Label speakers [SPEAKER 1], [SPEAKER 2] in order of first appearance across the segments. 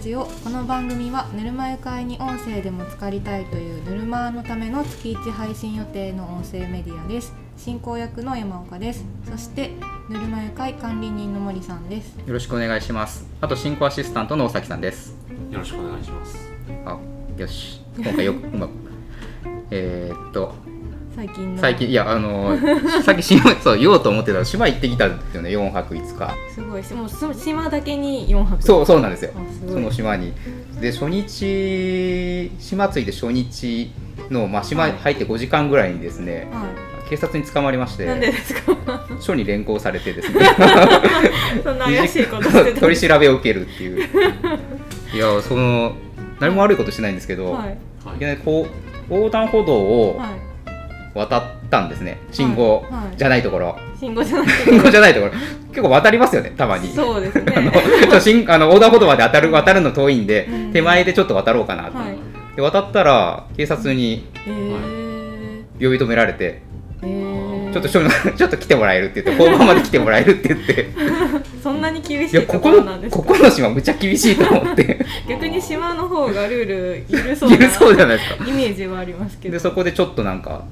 [SPEAKER 1] ジオこの番組はぬるま湯会に音声でも浸かりたいというぬるま湯のための月1配信予定の音声メディアです進行役の山岡ですそしてぬるま湯会管理人の森さんです
[SPEAKER 2] よろしくお願いします。あと進行アシスタントの大崎さんです。
[SPEAKER 3] よろしくお願いします。
[SPEAKER 2] あ、よし。今回 よくうまく。えー、っと
[SPEAKER 1] 最近の
[SPEAKER 2] 最近いやあのーさっきし そう言おうと思ってたら島行ってきたんですよね。4泊5日。
[SPEAKER 1] すごいもうそ島だけに4泊
[SPEAKER 2] そうそうなんですよ
[SPEAKER 1] あす。ごい
[SPEAKER 2] その島にで初日島着いて初日のまあ島に入って5時間ぐらいにですね、
[SPEAKER 1] は
[SPEAKER 2] 警察に捕まりまし
[SPEAKER 1] い、なんで
[SPEAKER 2] て
[SPEAKER 1] ですか
[SPEAKER 2] 署に連行されてですね。
[SPEAKER 1] そんな 怪しいことしてた
[SPEAKER 2] 取り調べを受けるって いういやその何も悪いことしてないんですけど、、
[SPEAKER 1] はいい
[SPEAKER 3] はい
[SPEAKER 2] きなりこう横断歩道を
[SPEAKER 1] はい
[SPEAKER 2] 渡ったんですね、信号
[SPEAKER 1] はいはい
[SPEAKER 2] じゃないところ、
[SPEAKER 1] 信号じゃなく
[SPEAKER 2] 信号じゃないところ結構渡りますよねたま
[SPEAKER 1] て
[SPEAKER 2] に
[SPEAKER 1] そうです
[SPEAKER 2] あの
[SPEAKER 1] ね
[SPEAKER 2] ちょ信 あの横断歩道まで当たる渡るの遠いんで、
[SPEAKER 1] うん
[SPEAKER 2] 手前でちょっと渡ろうかなと、
[SPEAKER 1] はい
[SPEAKER 2] で渡ったら警察に
[SPEAKER 1] えー、
[SPEAKER 2] 呼び止められて、
[SPEAKER 1] えー、
[SPEAKER 2] ちょっと署の ちょっと来てもらえるって言って交番まで来てもらえるって言って
[SPEAKER 1] そんなに厳し
[SPEAKER 2] いや
[SPEAKER 1] い
[SPEAKER 2] こと
[SPEAKER 1] こ
[SPEAKER 2] こ
[SPEAKER 1] ろなん
[SPEAKER 2] の
[SPEAKER 1] ですか
[SPEAKER 2] ここの島むちゃ厳しいと思って
[SPEAKER 1] 逆に島の方がルール緩そうな
[SPEAKER 2] 緩そうじゃないですか
[SPEAKER 1] イメージはありますけど
[SPEAKER 2] でそこでちょっとなんか
[SPEAKER 1] は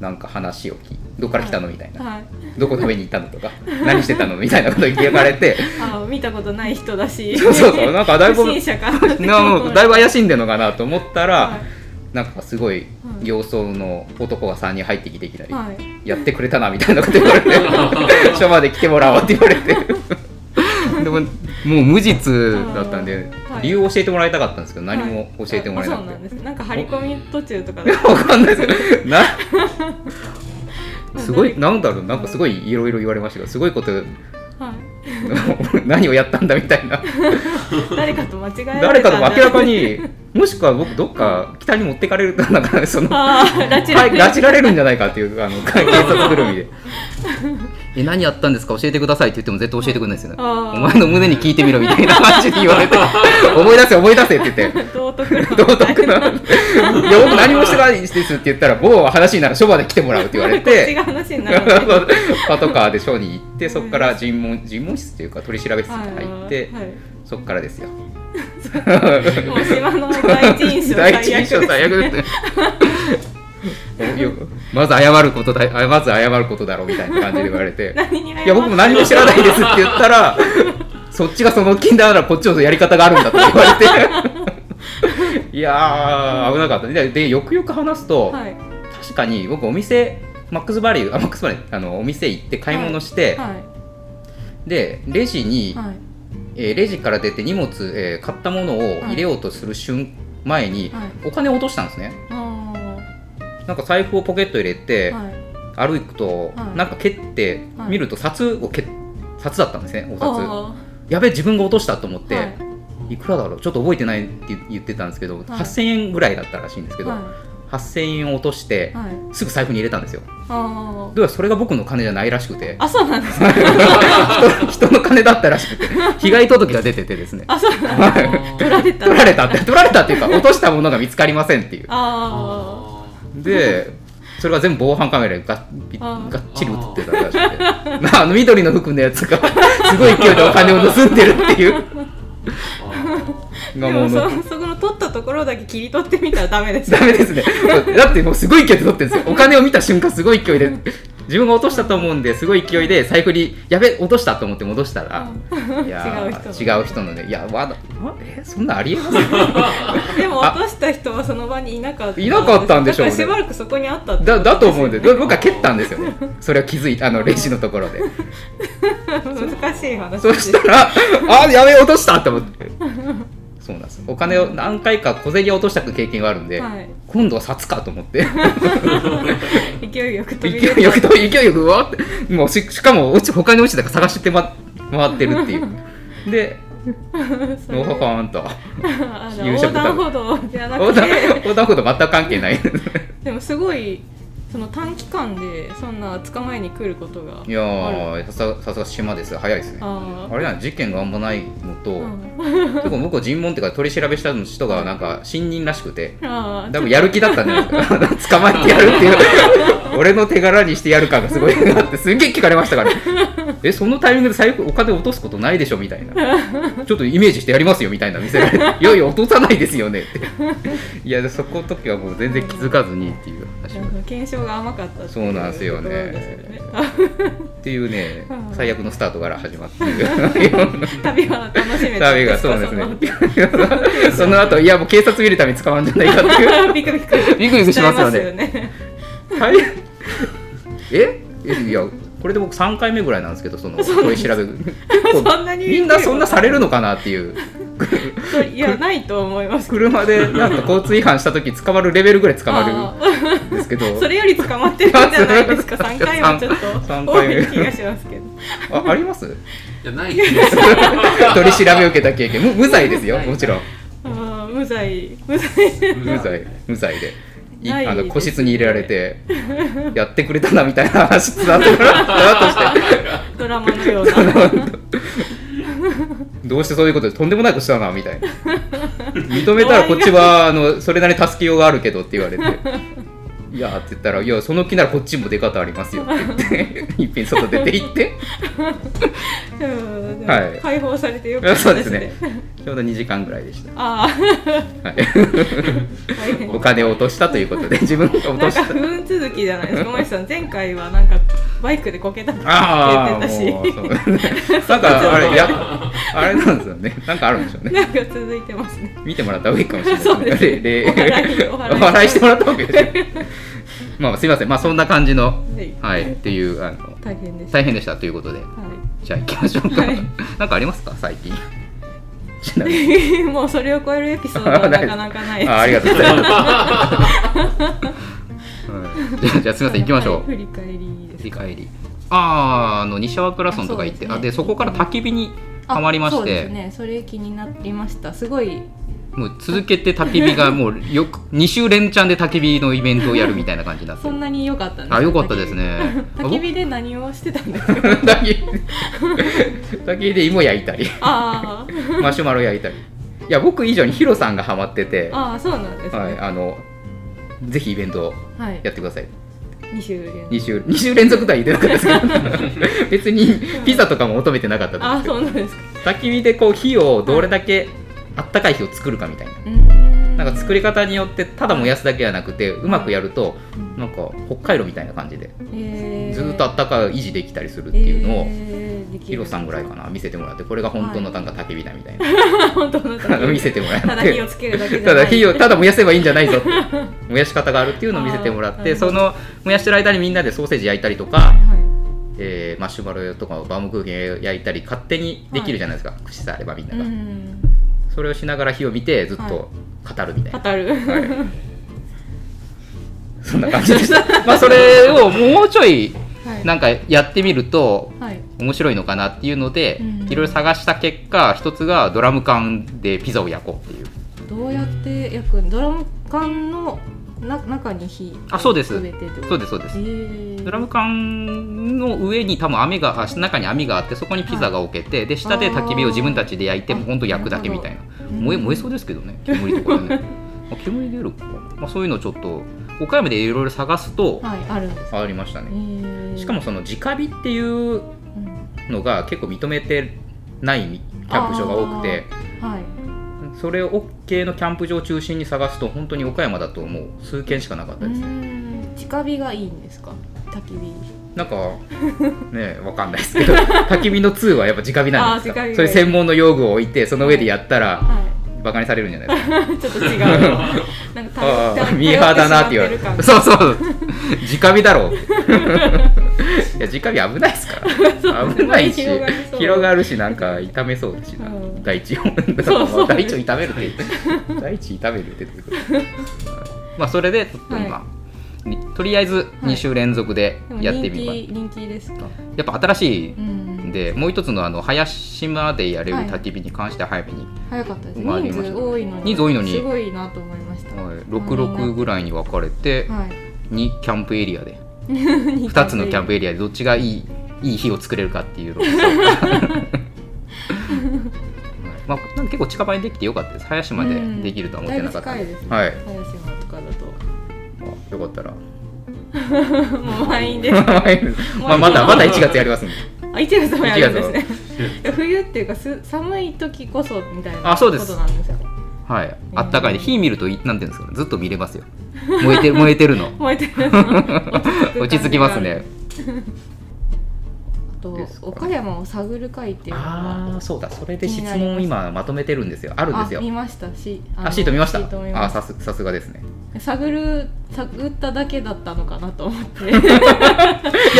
[SPEAKER 2] なんか話を聞いどっから来たのみたい
[SPEAKER 1] い、
[SPEAKER 2] な、
[SPEAKER 1] はい、
[SPEAKER 2] どこ食べに行ったのとか何してたのみたいなこと聞かれて
[SPEAKER 1] あ見たことない人だし
[SPEAKER 2] そうそうそうなんかだいぶ
[SPEAKER 1] 不審者か なって
[SPEAKER 2] なもうだいぶ怪しんでるのかなと思ったら、
[SPEAKER 1] はい
[SPEAKER 2] なんかすごい
[SPEAKER 1] うん
[SPEAKER 2] 形相の男が3人入ってきていきなり、
[SPEAKER 1] はい
[SPEAKER 2] やってくれたなみたいなこと言わ れて署まで来てもらおうって言われてでももう無実だったんで、
[SPEAKER 1] あーはい
[SPEAKER 2] 理由を教えてもらいたかったんですけど何も教えてもらえな
[SPEAKER 1] あそうなん
[SPEAKER 2] く
[SPEAKER 1] で
[SPEAKER 2] て、
[SPEAKER 1] すなんか張り込み途中とか
[SPEAKER 2] わかんないですけ どなすごい
[SPEAKER 1] な
[SPEAKER 2] なんだろうなんかすごいいろいろ言われましたけどすごいこと
[SPEAKER 1] はい、
[SPEAKER 2] 何をやったんだみた いな
[SPEAKER 1] 誰かと間違えられたんだ
[SPEAKER 2] 誰かの明らかにもしくは僕どっか北に持ってかれるとなんかそのは
[SPEAKER 1] ああ拉致られ
[SPEAKER 2] い拉致られるんじゃないかっていう あの警察ぐるみで え何やったんですか教えてくださいって言っても絶対教えてくれないですよね
[SPEAKER 1] あー
[SPEAKER 2] お前の胸に聞いてみろみたいな感じで言わ れて思い出せ思い出せって言 って
[SPEAKER 1] 道徳の
[SPEAKER 2] 道徳のいや僕何もしてないですって言ったら某話になら署まで来てもらうって言われて
[SPEAKER 1] 違う話になる んで
[SPEAKER 2] パトカーで署に行ってそこから尋問尋問室というか取り調べ室に入って、
[SPEAKER 1] はい
[SPEAKER 2] そこからです よ
[SPEAKER 1] はい、もう島の第一印象最
[SPEAKER 2] 第
[SPEAKER 1] 悪
[SPEAKER 2] 一
[SPEAKER 1] で
[SPEAKER 2] 印
[SPEAKER 1] す
[SPEAKER 2] 象最悪ですねよまず謝ることだ あまず謝ることだろうみたいな感じで言われ て
[SPEAKER 1] 何に謝
[SPEAKER 2] いや僕も何も知らないですって言った らそっちがその気ならこっちのやり方があるんだって言わ れていやー危なかったででよくよく話すと、
[SPEAKER 1] はい
[SPEAKER 2] 確かに僕お店マックスバリューあマックスバリューあのお店行って買い物して、
[SPEAKER 1] は
[SPEAKER 2] でレジに、
[SPEAKER 1] いはい
[SPEAKER 2] えーレジから出て荷物、えー買ったものを入れようとする瞬前に、
[SPEAKER 1] はい
[SPEAKER 2] お金を落としたんですね
[SPEAKER 1] あ
[SPEAKER 2] なんか財布をポケット入れ
[SPEAKER 1] ー
[SPEAKER 2] て
[SPEAKER 1] はい
[SPEAKER 2] 歩くと、
[SPEAKER 1] はい
[SPEAKER 2] なんか蹴って、
[SPEAKER 1] はい
[SPEAKER 2] 見ると札を蹴っ札だったんですねお札
[SPEAKER 1] あ
[SPEAKER 2] やべえ自分が落としたと思っ
[SPEAKER 1] ー
[SPEAKER 2] て、
[SPEAKER 1] はい
[SPEAKER 2] い、くらだろうちょっと覚えてないって言ってたんですけど、8000円ぐらいだったらしいんですけど、
[SPEAKER 1] は
[SPEAKER 2] 8000円を落として
[SPEAKER 1] い、はい
[SPEAKER 2] すぐ財布に入れたんですよ
[SPEAKER 1] あー
[SPEAKER 2] どうやらそれが僕の金じゃないらしく て
[SPEAKER 1] あそうなんですか
[SPEAKER 2] 人の金だったらしくて被害届が出ててですね
[SPEAKER 1] あそうなんだ取られた
[SPEAKER 2] 取られたって取られたっていうか落としたものが見つかりませんっていう
[SPEAKER 1] あ
[SPEAKER 3] あ
[SPEAKER 2] でそれが全部防犯カメラにがっび
[SPEAKER 1] あー
[SPEAKER 2] がっちり映ってたらしくてまああの緑の服のやつがすごい勢いでお金を盗んでるっていう
[SPEAKER 3] ーあ
[SPEAKER 1] あ
[SPEAKER 2] が
[SPEAKER 1] で
[SPEAKER 2] も
[SPEAKER 1] も
[SPEAKER 2] う
[SPEAKER 1] そそこの取ったところだけ切り取ってみたらダメです
[SPEAKER 2] ダメですねだってもうすごい勢いで撮ってるんですよお金を見た瞬間すごい勢いで自分が落としたと思うんですごい勢いで財布にやべ落としたと思って戻したら、いや
[SPEAKER 1] 違う人
[SPEAKER 2] 違う人のねいやわだわえそんなんありえます
[SPEAKER 1] でも落とした人はその場にいなかった
[SPEAKER 2] いなかったんでしょうね
[SPEAKER 1] だからしばらくそこにあったって
[SPEAKER 2] だだと思うんでだ僕は蹴ったんですよねそれを気づいたあのレジのところで
[SPEAKER 1] 難しい話
[SPEAKER 2] そした ら「あやべえ落とした!」と思ってそうなんですお金を何回か小銭を落とした経験があるんで、
[SPEAKER 1] はい
[SPEAKER 2] 今度は札かと 思って
[SPEAKER 1] 勢いよく飛び出
[SPEAKER 2] 勢いよく勢いよくうわってもうししかも落ち他に落ちたから探して、ま、回ってるっ ていうで「
[SPEAKER 1] それ
[SPEAKER 2] ノーハファーン と」
[SPEAKER 1] あだ
[SPEAKER 2] 勇者
[SPEAKER 1] 横
[SPEAKER 2] 豚
[SPEAKER 1] 断歩道じゃな
[SPEAKER 2] 横
[SPEAKER 1] く
[SPEAKER 2] 断
[SPEAKER 1] て
[SPEAKER 2] 横断歩道全く関係ない
[SPEAKER 1] でもすごいその短期間でそんな捕まえに来ることがあ
[SPEAKER 2] い
[SPEAKER 1] る
[SPEAKER 2] やーさすがさすが島です早いですねあ
[SPEAKER 1] あー
[SPEAKER 2] れなん事件があんまないのと、
[SPEAKER 1] うん
[SPEAKER 2] 結構僕は尋問っていうか取り調べした人がなんか新任らしくて
[SPEAKER 1] あー
[SPEAKER 2] 多分やる気だったんじゃないですか 捕まえてやるっ ていう俺の手柄にしてやる感がすごいなってすんげえ聞かれましたからえそのタイミングで最悪お金落とすことないでしょみたいなちょっとイメージしてやりますよみたいな見せら れていやいや落とさないですよねっていやそこの時はもう全然気づかずにっていう話を
[SPEAKER 1] なんか検証が甘かったってい
[SPEAKER 2] そうなんですよね
[SPEAKER 1] ところですよね
[SPEAKER 2] っていうね
[SPEAKER 1] うん
[SPEAKER 2] 最悪のスタートから始まっている
[SPEAKER 1] 旅は楽しめた
[SPEAKER 2] ダメがそうですね その後いやもう警察見るために捕まるんじゃないかっていう
[SPEAKER 1] ビクビク
[SPEAKER 2] ビクビクしますよね
[SPEAKER 1] しちゃいね
[SPEAKER 2] はい。ええいやこれで僕3回目ぐらいなんですけどその
[SPEAKER 1] そうなん
[SPEAKER 2] 取
[SPEAKER 1] で
[SPEAKER 2] り
[SPEAKER 1] す
[SPEAKER 2] 調べ結構
[SPEAKER 1] そんなに
[SPEAKER 2] みんなそんなされるのかなっ ていう
[SPEAKER 1] いやないと思います
[SPEAKER 2] 車でなんか交通違反した時捕まるレベルぐらい捕ま
[SPEAKER 1] あー
[SPEAKER 2] るんですけ ど
[SPEAKER 1] それより捕まってるんじゃないです か
[SPEAKER 2] いや
[SPEAKER 1] 3回はちょっ
[SPEAKER 2] 三
[SPEAKER 1] と多
[SPEAKER 2] 回目
[SPEAKER 1] い気がしますけど
[SPEAKER 2] ああります
[SPEAKER 3] いやないですよ
[SPEAKER 2] 取り調べを受けた経験む無罪ですよ
[SPEAKER 3] はい
[SPEAKER 2] もちろん
[SPEAKER 1] あー無罪無罪
[SPEAKER 2] 無罪無罪で。い
[SPEAKER 1] ない
[SPEAKER 2] あ
[SPEAKER 1] です
[SPEAKER 2] の
[SPEAKER 1] ね
[SPEAKER 2] 個室に入れら れて、やってくれたなみたいな話だった から、 として
[SPEAKER 1] ドラマのよう な
[SPEAKER 2] どうしてそういうことでとんでもないことしたなみたいな 認めたらこっちはあのそれなりに助けようがあるけどって言われて「いや」って言ったら「いやその気ならこっちも出方ありますよ」って言って 一品外出て行って
[SPEAKER 1] うん
[SPEAKER 2] はい
[SPEAKER 1] 解放されてよ
[SPEAKER 2] い
[SPEAKER 1] か
[SPEAKER 2] や
[SPEAKER 1] った
[SPEAKER 2] そう
[SPEAKER 1] で
[SPEAKER 2] です
[SPEAKER 1] す
[SPEAKER 2] ね
[SPEAKER 1] ね
[SPEAKER 2] ちょうど2時間ぐらいでした、
[SPEAKER 1] あ
[SPEAKER 2] はい、
[SPEAKER 1] あ大変
[SPEAKER 2] お金を落としたということで自分が落
[SPEAKER 1] な
[SPEAKER 2] と
[SPEAKER 1] ん
[SPEAKER 2] した
[SPEAKER 1] か不運続きじゃないですか、まさん、前回はなんかバイクでこけたって言っ
[SPEAKER 2] ああ
[SPEAKER 1] てたし、
[SPEAKER 2] もうそうなんかあれいやあれなんですよねなんかあるんでしょうね
[SPEAKER 1] なんか続いてますね。
[SPEAKER 2] 見てもらった方がいいかもしれない
[SPEAKER 1] そうですね
[SPEAKER 2] れ
[SPEAKER 1] お笑い
[SPEAKER 2] お
[SPEAKER 1] お笑い
[SPEAKER 2] 笑いしてもらった方がいいですねまあすいませんまあそんな感じの
[SPEAKER 1] はい
[SPEAKER 2] はいっていうあの
[SPEAKER 1] 大変でした。
[SPEAKER 2] 大変でしたということで
[SPEAKER 1] は
[SPEAKER 2] じゃあ行きましょうか、
[SPEAKER 1] はい
[SPEAKER 2] なんかありますか最 近ちなみに
[SPEAKER 1] い、 もうそれを超えるエピソード はなかなかない
[SPEAKER 2] ああり
[SPEAKER 1] が
[SPEAKER 2] がとうございます、うんじゃあじゃあすいません行きましょう
[SPEAKER 1] 振り返りです
[SPEAKER 2] 振り返りあああの西粟倉村とか行って
[SPEAKER 1] あ
[SPEAKER 2] あ
[SPEAKER 1] そうですね
[SPEAKER 2] でそこから焚き火にハマりま
[SPEAKER 1] そ
[SPEAKER 2] し
[SPEAKER 1] うで
[SPEAKER 2] て
[SPEAKER 1] すね、それ気になりました。すごい、
[SPEAKER 2] もう続けて焚き火 がもうよく2週連チャンで焚き火のイベントをやるみたいな感じになっ て
[SPEAKER 1] そんなに良かったんです
[SPEAKER 2] あ良かったで す。ね
[SPEAKER 1] 焚き火焚き火で何をしてたん ですか
[SPEAKER 2] 焚き焚き火で芋焼いたり
[SPEAKER 1] あ
[SPEAKER 2] マシュマロ焼いたりいや僕以上にヒロさんがハマってて
[SPEAKER 1] あ、ああ、そうなんですね。
[SPEAKER 2] はい、あのぜひイベントを
[SPEAKER 1] はい、
[SPEAKER 2] やってください
[SPEAKER 1] 2週連
[SPEAKER 2] 2週 ,2 週連続とは言ってなかったです けど別にピザとかも求めてなかった
[SPEAKER 1] ああ、
[SPEAKER 2] んです
[SPEAKER 1] そうなんですか。
[SPEAKER 2] けど焚き火でこう火をどれだけあったかい火を作るかみたいな
[SPEAKER 1] うーん
[SPEAKER 2] なんか作り方によってただ燃やすだけじゃなくてうまくやると
[SPEAKER 1] うん
[SPEAKER 2] なんか北海道みたいな感じで
[SPEAKER 1] えー
[SPEAKER 2] ずーっとあったかい維持できたりするっていうのを
[SPEAKER 1] えーできる
[SPEAKER 2] ヒロさんぐらいかな見せてもらってこれが本当のなんか焚き火だみたいな、
[SPEAKER 1] 本当の焚き火
[SPEAKER 2] 見せてもらって
[SPEAKER 1] ただ火をつけるだけじゃない
[SPEAKER 2] ただ火をただ燃やせばいいんじゃないぞって燃やし方があるっていうのを見せてもらっ
[SPEAKER 1] あ
[SPEAKER 2] て
[SPEAKER 1] ー
[SPEAKER 2] その燃やしてる間にみんなでソーセージ焼いたりとか、
[SPEAKER 1] は、
[SPEAKER 2] えーマシュマロとかバームクーヘン焼いたり勝手にできるじゃないですか、串さえあればみんないが、
[SPEAKER 1] うん
[SPEAKER 2] それをしながら火を見てずっ
[SPEAKER 1] は
[SPEAKER 2] と語るみたいな、
[SPEAKER 1] 語る、
[SPEAKER 2] はいそんな感じでしたまあそれをもうちょい
[SPEAKER 1] はい
[SPEAKER 2] なんかやってみると
[SPEAKER 1] はい
[SPEAKER 2] 面白いのかなっていうので、
[SPEAKER 1] うん
[SPEAKER 2] いろいろ探した結果一つがドラム缶でピザを焼こうっていう
[SPEAKER 1] どうやって焼くドラム缶のな中に火
[SPEAKER 2] あそうです
[SPEAKER 1] 植えてってこと
[SPEAKER 2] そうですそうです
[SPEAKER 1] えー
[SPEAKER 2] ドラム缶の上に多分網があ中に網があってそこにピザが置けて、で下で焚き火を自分たちで焼いて
[SPEAKER 1] あー
[SPEAKER 2] もうほんと焼くだけみたいな
[SPEAKER 1] うん
[SPEAKER 2] 燃え燃えそうですけどね煙とかね あ煙出るか、まあ、そういうのをちょっと岡山でいろいろ探すと
[SPEAKER 1] はいあるんです
[SPEAKER 2] ありましたね
[SPEAKER 1] えー
[SPEAKER 2] しかもその直火っていう
[SPEAKER 1] うんの
[SPEAKER 2] のが結構認めてないキャンプ場が多くて
[SPEAKER 1] はい
[SPEAKER 2] それを OK のキャンプ場を中心に探すと本当に岡山だともう数軒しかなかっ
[SPEAKER 1] う
[SPEAKER 2] た
[SPEAKER 1] ー
[SPEAKER 2] ですね
[SPEAKER 1] ん直火がいいんですか焚き火
[SPEAKER 2] なんかねえわかんないで すけど焚き火の2はやっぱ直火なんです
[SPEAKER 1] あー直
[SPEAKER 2] か
[SPEAKER 1] 火
[SPEAKER 2] それ専門の用具を置いてその上でやったら
[SPEAKER 1] は
[SPEAKER 2] バカにされるんじゃない ですか
[SPEAKER 1] い ちょっと違う なんか
[SPEAKER 2] あ
[SPEAKER 1] 頼
[SPEAKER 2] あミーハーだなって言われ
[SPEAKER 1] 頼って
[SPEAKER 2] る
[SPEAKER 1] しま
[SPEAKER 2] そうそう直火だろうい や直火危ないですから危ないし
[SPEAKER 1] 広がりそう
[SPEAKER 2] 広がるしなんか痛めそうだしな
[SPEAKER 1] うん
[SPEAKER 2] 大地を
[SPEAKER 1] そうそう
[SPEAKER 2] 大地を痛めるって言って大地痛めるってどういうことまあそれでちょっと今、
[SPEAKER 1] は
[SPEAKER 2] にとりあえず2週連続で
[SPEAKER 1] ってる感じ
[SPEAKER 2] やって
[SPEAKER 1] で
[SPEAKER 2] み
[SPEAKER 1] も
[SPEAKER 2] ます、
[SPEAKER 1] 人気人気ですか
[SPEAKER 2] やっぱ新し
[SPEAKER 1] う
[SPEAKER 2] い
[SPEAKER 1] ん
[SPEAKER 2] でもう一つのあの林島でやれる
[SPEAKER 1] はい
[SPEAKER 2] 焚き火に関しては早めに、
[SPEAKER 1] 早かったです
[SPEAKER 2] 回り
[SPEAKER 1] 人
[SPEAKER 2] ました
[SPEAKER 1] 数多いのに
[SPEAKER 2] 人数多いのに
[SPEAKER 1] すごいなと思いました
[SPEAKER 2] はい、66ぐらいに分かれて、
[SPEAKER 1] はい
[SPEAKER 2] にキャンプエリアで
[SPEAKER 1] 2
[SPEAKER 2] 2つのキャンプエリアでどっちがいいいい日を作れるかっていう のをはいまあ、なんか結構近場にできてよかったです林までできるとは思ってなかったん
[SPEAKER 1] うんだいぶ近いですね
[SPEAKER 2] はい
[SPEAKER 1] 林島とかだ
[SPEAKER 2] まあよかったら
[SPEAKER 1] と もう満員です
[SPEAKER 2] まあ、まだまだ1月やりますんで
[SPEAKER 1] あ1月もやるんですね
[SPEAKER 3] 月
[SPEAKER 1] 冬っていうかす寒い時こそみたいな
[SPEAKER 2] あ
[SPEAKER 1] こ
[SPEAKER 2] そ
[SPEAKER 1] と
[SPEAKER 2] うです
[SPEAKER 1] なん ですよ
[SPEAKER 2] はいあったかいんで火見るといなんていうんですかずっと見れますよ燃えて燃えて るの
[SPEAKER 1] 燃えてるの
[SPEAKER 2] 落ち着きますね
[SPEAKER 1] あと
[SPEAKER 2] ですかね
[SPEAKER 1] 岡山を探る会っていうのが
[SPEAKER 2] ああそうだそれで
[SPEAKER 1] 気
[SPEAKER 2] 質
[SPEAKER 1] になります
[SPEAKER 2] 問を今まとめてるんですよあるんですよ
[SPEAKER 1] 見ましたしあの
[SPEAKER 2] あシート見ました
[SPEAKER 1] シート見
[SPEAKER 2] あ
[SPEAKER 1] まし
[SPEAKER 2] さすさすがですね
[SPEAKER 1] た探る 探っただけだったのかなと思って
[SPEAKER 2] いや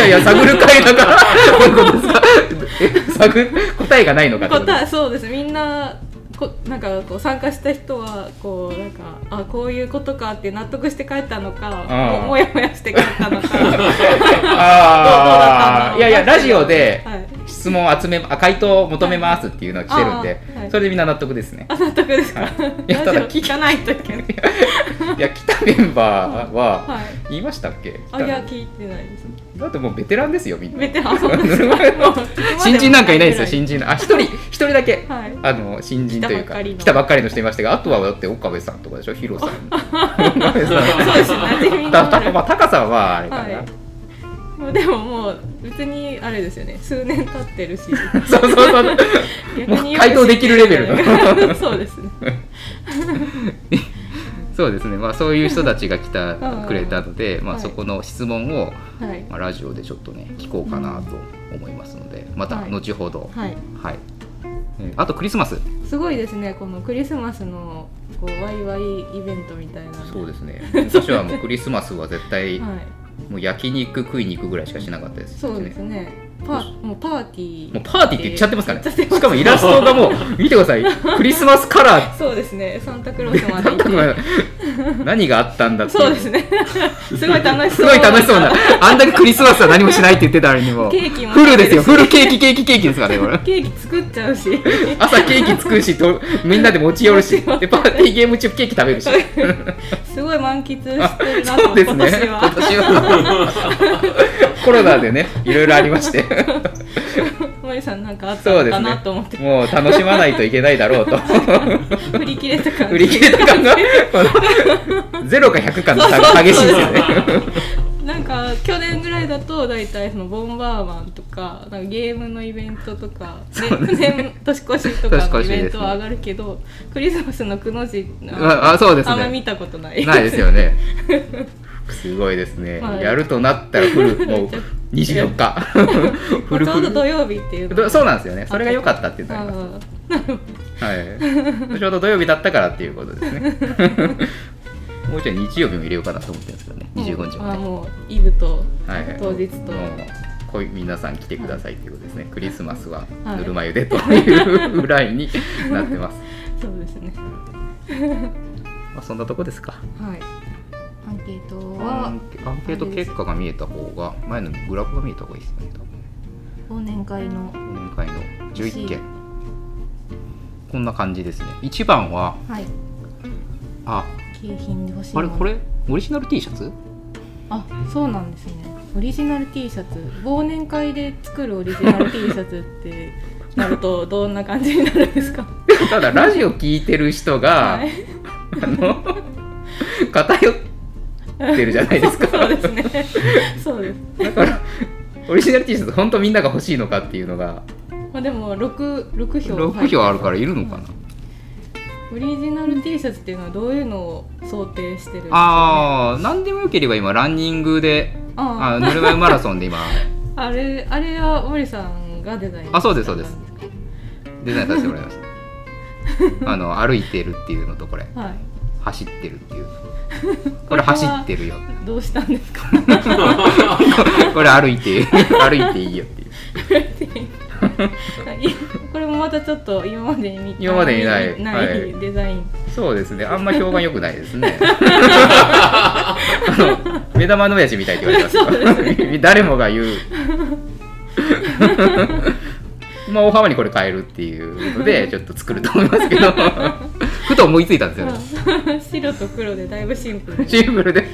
[SPEAKER 2] いや探る会だからどういうことですかえ探答えがないのかってこと
[SPEAKER 1] 答えそうですみんなこなんかこう参加した人はこうなんかあこういうことかって納得して帰ったのか
[SPEAKER 2] あー
[SPEAKER 1] ももやもやして帰ったのかどうどうだった
[SPEAKER 2] あ
[SPEAKER 1] の
[SPEAKER 2] あいやいやラジオで
[SPEAKER 1] はい、
[SPEAKER 2] 質問を集めあ回答を求めますっていうのが来てるんで
[SPEAKER 1] あーはい
[SPEAKER 2] それでみんな納得ですね
[SPEAKER 1] あ納得ですか、
[SPEAKER 2] はいいや
[SPEAKER 1] ラ
[SPEAKER 2] た
[SPEAKER 1] ジ
[SPEAKER 2] だ
[SPEAKER 1] オ聞かないといけない、
[SPEAKER 2] いや来たメンバーは
[SPEAKER 1] はい、
[SPEAKER 2] 言いましたっけ
[SPEAKER 1] あいや聞いてないですね
[SPEAKER 2] だってもうベテランですよみんな
[SPEAKER 1] ベテランそうです
[SPEAKER 2] 新人なんかいないですよ
[SPEAKER 1] 人
[SPEAKER 2] 新人あ一人一人だけ
[SPEAKER 1] はい
[SPEAKER 2] あの新人というか
[SPEAKER 1] 来たばっかりの
[SPEAKER 2] 来たばっかりの人いましたがあとはだって岡部さんとかでしょ ヒロさん岡部さん
[SPEAKER 1] そうですね馴染みの
[SPEAKER 2] た
[SPEAKER 1] あ
[SPEAKER 2] た
[SPEAKER 1] る
[SPEAKER 2] まあ、タカさんはあれかな、
[SPEAKER 1] はいもうでももう別にあれですよね数年経ってるし
[SPEAKER 2] そうそうそう
[SPEAKER 1] 逆によく知ってる
[SPEAKER 2] もう回答できるレベルの
[SPEAKER 1] そうですね
[SPEAKER 2] そうですねまあそういう人たちが来
[SPEAKER 1] う
[SPEAKER 2] た
[SPEAKER 1] ん
[SPEAKER 2] くれたので、ま
[SPEAKER 1] は
[SPEAKER 2] あ、
[SPEAKER 1] い
[SPEAKER 2] そこの質問を、
[SPEAKER 1] はい
[SPEAKER 2] まあ、ラジオでちょっとね聞こうかなと思いますのでまた
[SPEAKER 1] はい
[SPEAKER 2] 後ほどはい、
[SPEAKER 1] はい
[SPEAKER 2] えーあとクリスマス
[SPEAKER 1] すごいですねこのクリスマスのこうワイワイイベントみたいな
[SPEAKER 2] そうです ね私はもうクリスマスは絶対
[SPEAKER 1] はい
[SPEAKER 2] もう焼肉食いに行くぐらいしかしなかったです
[SPEAKER 1] そうですねパーもうパーティー
[SPEAKER 2] もうパーティーって言っちゃってますからね、
[SPEAKER 1] 言っちゃってます
[SPEAKER 2] しかもイラス トがもう見てくださいクリスマスカラー
[SPEAKER 1] そうですねサンタクロースまで
[SPEAKER 2] なん
[SPEAKER 1] 行
[SPEAKER 2] か
[SPEAKER 1] っ
[SPEAKER 2] 何があったんだ
[SPEAKER 1] て
[SPEAKER 2] ってい
[SPEAKER 1] そうです ねすごい楽し
[SPEAKER 2] す
[SPEAKER 1] そう
[SPEAKER 2] ごい楽しそうなあんだけクリスマスは何もしないって言ってたのにも
[SPEAKER 1] ケーキも
[SPEAKER 2] フルですよフルケーキケーキケーキですからねこれ
[SPEAKER 1] ケーキ作っちゃうし
[SPEAKER 2] 朝ケーキ作る しとみんなで持ち寄るしでパーティーゲーム中ケーキ食べるし
[SPEAKER 1] すごい満喫してるなと
[SPEAKER 2] そうですね
[SPEAKER 1] 今年
[SPEAKER 2] 今
[SPEAKER 1] は
[SPEAKER 2] 年はコロナでねいろいろありまして
[SPEAKER 1] 森さんなんかあった
[SPEAKER 2] そう
[SPEAKER 1] の
[SPEAKER 2] です
[SPEAKER 1] かな
[SPEAKER 2] ね
[SPEAKER 1] と思って、
[SPEAKER 2] もう楽しまないといけないだろうと
[SPEAKER 1] 振り切れた感じ
[SPEAKER 2] 売り切れた感がこの0か100かの差が激しいですよね
[SPEAKER 1] なんか去年ぐらいだと大体そのボンバーマンとかなんかゲームのイベントとか、ね年年越しとかのイベントは上がるけど、クリスマスのくの字あ,、
[SPEAKER 2] ああそうです
[SPEAKER 1] あんま見
[SPEAKER 2] ね
[SPEAKER 1] たことない
[SPEAKER 2] ない ですよねすごいですね、
[SPEAKER 1] はい
[SPEAKER 2] やるとなったらフルもう24日 フル
[SPEAKER 1] ちょ
[SPEAKER 2] フ
[SPEAKER 1] うど土
[SPEAKER 2] ル
[SPEAKER 1] 曜日っていうの
[SPEAKER 2] どそうなんですよねそれが良かったっていうのがあります
[SPEAKER 1] あ
[SPEAKER 2] はい、ちょうど土曜日だったからっていうことですね。 もうちょい日曜日も入れようかなと思ってるんですけどね、
[SPEAKER 1] ー
[SPEAKER 2] 25日
[SPEAKER 1] もうあー
[SPEAKER 2] まで。
[SPEAKER 1] もうイブと
[SPEAKER 2] はい、
[SPEAKER 1] 当日と
[SPEAKER 2] もうこういう皆さん来てくださいということですね、クリスマスは
[SPEAKER 1] はい
[SPEAKER 2] ぬるま湯でという ぐらいになってます。
[SPEAKER 1] そうですね
[SPEAKER 2] まあ、そんなとこですか。
[SPEAKER 1] はいアンケート
[SPEAKER 2] ア
[SPEAKER 1] は
[SPEAKER 2] ンケアンケート結果が見えた方が、前のグラフが見えた方がいいですよね、多分ね。
[SPEAKER 1] 忘年会の
[SPEAKER 2] 忘年会の11
[SPEAKER 1] 欲しい
[SPEAKER 2] 件。こんな感じですね。1番は、
[SPEAKER 1] はい
[SPEAKER 2] あ、
[SPEAKER 1] 景品で欲しい
[SPEAKER 2] あ
[SPEAKER 1] も
[SPEAKER 2] れ、
[SPEAKER 1] の
[SPEAKER 2] これ、オリジナル T シャツ
[SPEAKER 1] あそうなんですねオリジナル T シャツ忘年会で作るオリジナル T シャツってなるとどんな感じになるんですか
[SPEAKER 2] ただラジオ聞いてる人が、
[SPEAKER 1] はい
[SPEAKER 2] あの偏ってるじゃな いですか
[SPEAKER 1] そうですねそうです、
[SPEAKER 2] だからオリジナル T シャツ本当みんなが欲しいのかっていうのが
[SPEAKER 1] まあ、でも 6, 六票
[SPEAKER 2] 6票あるからいるのかな、
[SPEAKER 1] オリジナル T シャツっていうのはどういうのを想定してるんですか、ね、
[SPEAKER 2] ああ何でもよければ今ランニングであ
[SPEAKER 1] あ
[SPEAKER 2] ぬるま湯マラソンで今
[SPEAKER 1] ああれあれは森さんがデザイン
[SPEAKER 2] あそうですそうです
[SPEAKER 1] されたんで
[SPEAKER 2] デザインさせてもらいました あの歩いてるっていうのとこれ
[SPEAKER 1] すかはい
[SPEAKER 2] 走ってるっていうこれ走ってるよ
[SPEAKER 1] どうしたんですか
[SPEAKER 2] これ歩いて 歩いていいよっていう
[SPEAKER 1] これもまたちょっと今までに見
[SPEAKER 2] 今までにない
[SPEAKER 1] ない
[SPEAKER 2] はい
[SPEAKER 1] デザイン
[SPEAKER 2] そうですねあんま評判良くないです ねあの目玉の親父みたいって言われてます 誰もが言うまあ大幅にこれ変えるっていうのでちょっと作ると思いますけ ど ふと思いついたんですよね
[SPEAKER 1] 白と黒でだいぶシンプル
[SPEAKER 2] シンプルで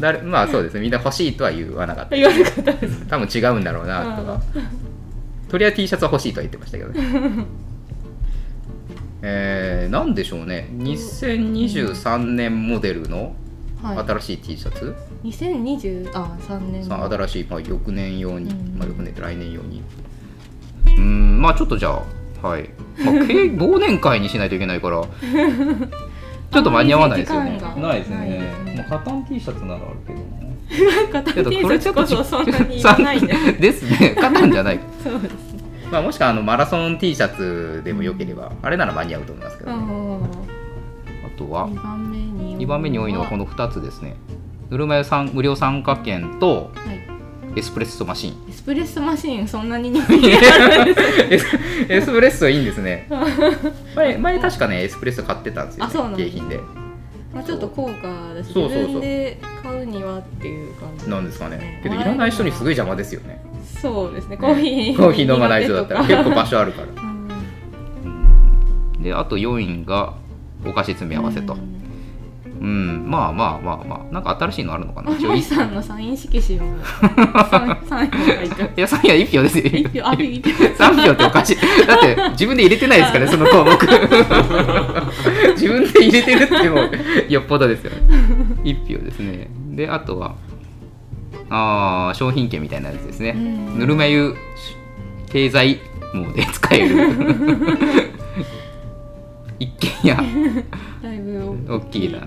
[SPEAKER 2] 誰まあそうですねみんな欲しいとは言わなかっ た
[SPEAKER 1] 言わなかったです
[SPEAKER 2] 多分違うんだろうなとかとりあえず T シャツは欲しいとは言ってましたけどね えー、なんでしょうね2023年モデルの
[SPEAKER 1] は
[SPEAKER 2] 新しい T シャツ、
[SPEAKER 1] い2020あ3年
[SPEAKER 2] さ新しい、まあ、翌年用に、
[SPEAKER 1] うん
[SPEAKER 2] まあ、翌年って来年用にうーんまあちょっとじゃあはい、ま あ、計忘年会にしないといけないからちょっと間に合わないですよね
[SPEAKER 1] 時間がないですねないですね
[SPEAKER 2] まあ、カタン T シャツならあるけ どね
[SPEAKER 1] 片手シャツこそそんなにいらないん で
[SPEAKER 2] ですねカタンじゃない
[SPEAKER 1] そうです
[SPEAKER 2] まあ、もしくはあのマラソン T シャツでもよければ、あれなら間に合うと思いますけ
[SPEAKER 1] あ
[SPEAKER 2] どね、あとは
[SPEAKER 1] 2番目に
[SPEAKER 2] 2番目に多いのはこの2つですねぬるま湯さん無料参加券と
[SPEAKER 1] はい
[SPEAKER 2] エスプレッソマシン
[SPEAKER 1] エスプレッソマシンそんなに人 気が
[SPEAKER 2] エス エスプレッソいいんですね前前確かねエスプレッソ買ってたんですよ、ね、
[SPEAKER 1] あそうなんだ
[SPEAKER 2] 景品で
[SPEAKER 1] まあちょっと高価だし
[SPEAKER 2] そう
[SPEAKER 1] 自
[SPEAKER 2] そうそう
[SPEAKER 1] 分で買うにはっていう感じ
[SPEAKER 2] なんですかねけどいらない人にすごい邪魔ですよね
[SPEAKER 1] そうですねコーヒー
[SPEAKER 2] コーヒー飲まない人 だったら
[SPEAKER 1] 苦手
[SPEAKER 2] 結
[SPEAKER 1] と
[SPEAKER 2] 構
[SPEAKER 1] か
[SPEAKER 2] 場所あるから
[SPEAKER 1] うん
[SPEAKER 2] であと4位がお菓子詰め合わせと
[SPEAKER 1] うん
[SPEAKER 2] うんまあまあまあまあなんか新しいのあるのかな一応
[SPEAKER 1] おい
[SPEAKER 2] いい
[SPEAKER 1] さんのサイン色紙 を3位がいた
[SPEAKER 2] いや、3位は1票ですよ。
[SPEAKER 1] 一票あいい
[SPEAKER 2] 3票っておかしい。だって、自分で入れてないですからね、その項目。 自分で入れてるってもう、よっぽどですよね。1票ですね。で、あとは、あー商品券みたいなやつですね。
[SPEAKER 1] うん
[SPEAKER 2] ぬるま湯経済網で 使える。一軒家、
[SPEAKER 1] だいぶ
[SPEAKER 2] 大きいな。